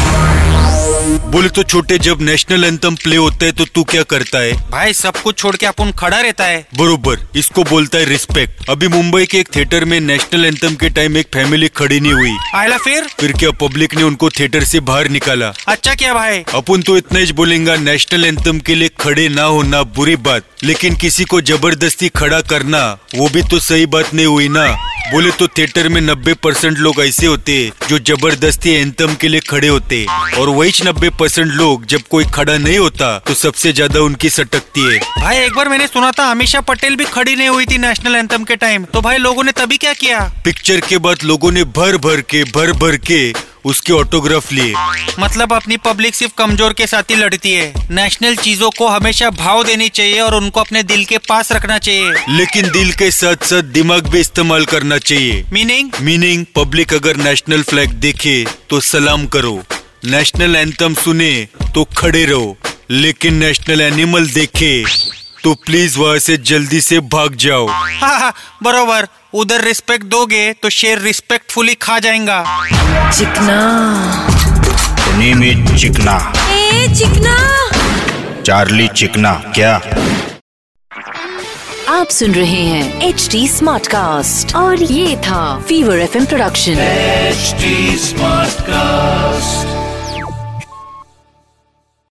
बोले तो छोटे जब नेशनल एंथम प्ले होता है तो तू क्या करता है भाई सब कुछ छोड़ के अपन खड़ा रहता है बरोबर इसको बोलता है रिस्पेक्ट अभी मुंबई के एक थिएटर में नेशनल एंथम के टाइम एक फैमिली खड़ी नहीं हुई आयला फिर फिर क्या पब्लिक ने उनको थिएटर से बाहर निकाला अच्छा क्या भाई अपन तो इतना ही बोलेंगे नेशनल एंथम के लिए खड़े ना होना बुरी बात लेकिन किसी को जबरदस्ती खड़ा करना वो भी तो सही बात नहीं हुई ना बोले तो थिएटर में 90 परसेंट लोग ऐसे होते जो जबरदस्ती एंथम के लिए खड़े होते और वही 90 परसेंट लोग जब कोई खड़ा नहीं होता तो सबसे ज्यादा उनकी सटकती है भाई एक बार मैंने सुना था हमेशा पटेल भी खड़ी नहीं हुई थी नेशनल एंथम के टाइम तो भाई लोगों ने तभी क्या किया पिक्चर के बाद लोगों ने भर भर के भर भर के उसके ऑटोग्राफ लिए मतलब अपनी पब्लिक सिर्फ कमजोर के साथ ही लड़ती है नेशनल चीजों को हमेशा भाव देनी चाहिए और उनको अपने दिल के पास रखना चाहिए लेकिन दिल के साथ साथ दिमाग भी इस्तेमाल करना चाहिए मीनिंग मीनिंग पब्लिक अगर नेशनल फ्लैग देखे तो सलाम करो नेशनल एंथम सुने तो खड़े रहो लेकिन नेशनल एनिमल देखे तो प्लीज वहाँ से जल्दी से भाग जाओ बरोबर उधर रिस्पेक्ट दोगे तो शेर रिस्पेक्टफुली खा जाएगा चिकना द नेम इज चिकना ए चिकना चार्ली चिकना क्या आप सुन रहे हैं एच डी स्मार्ट कास्ट और ये था fever F production HD Smartcast.